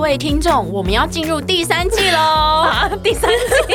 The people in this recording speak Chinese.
位听众，我们要进入第三季喽！啊， 第三季，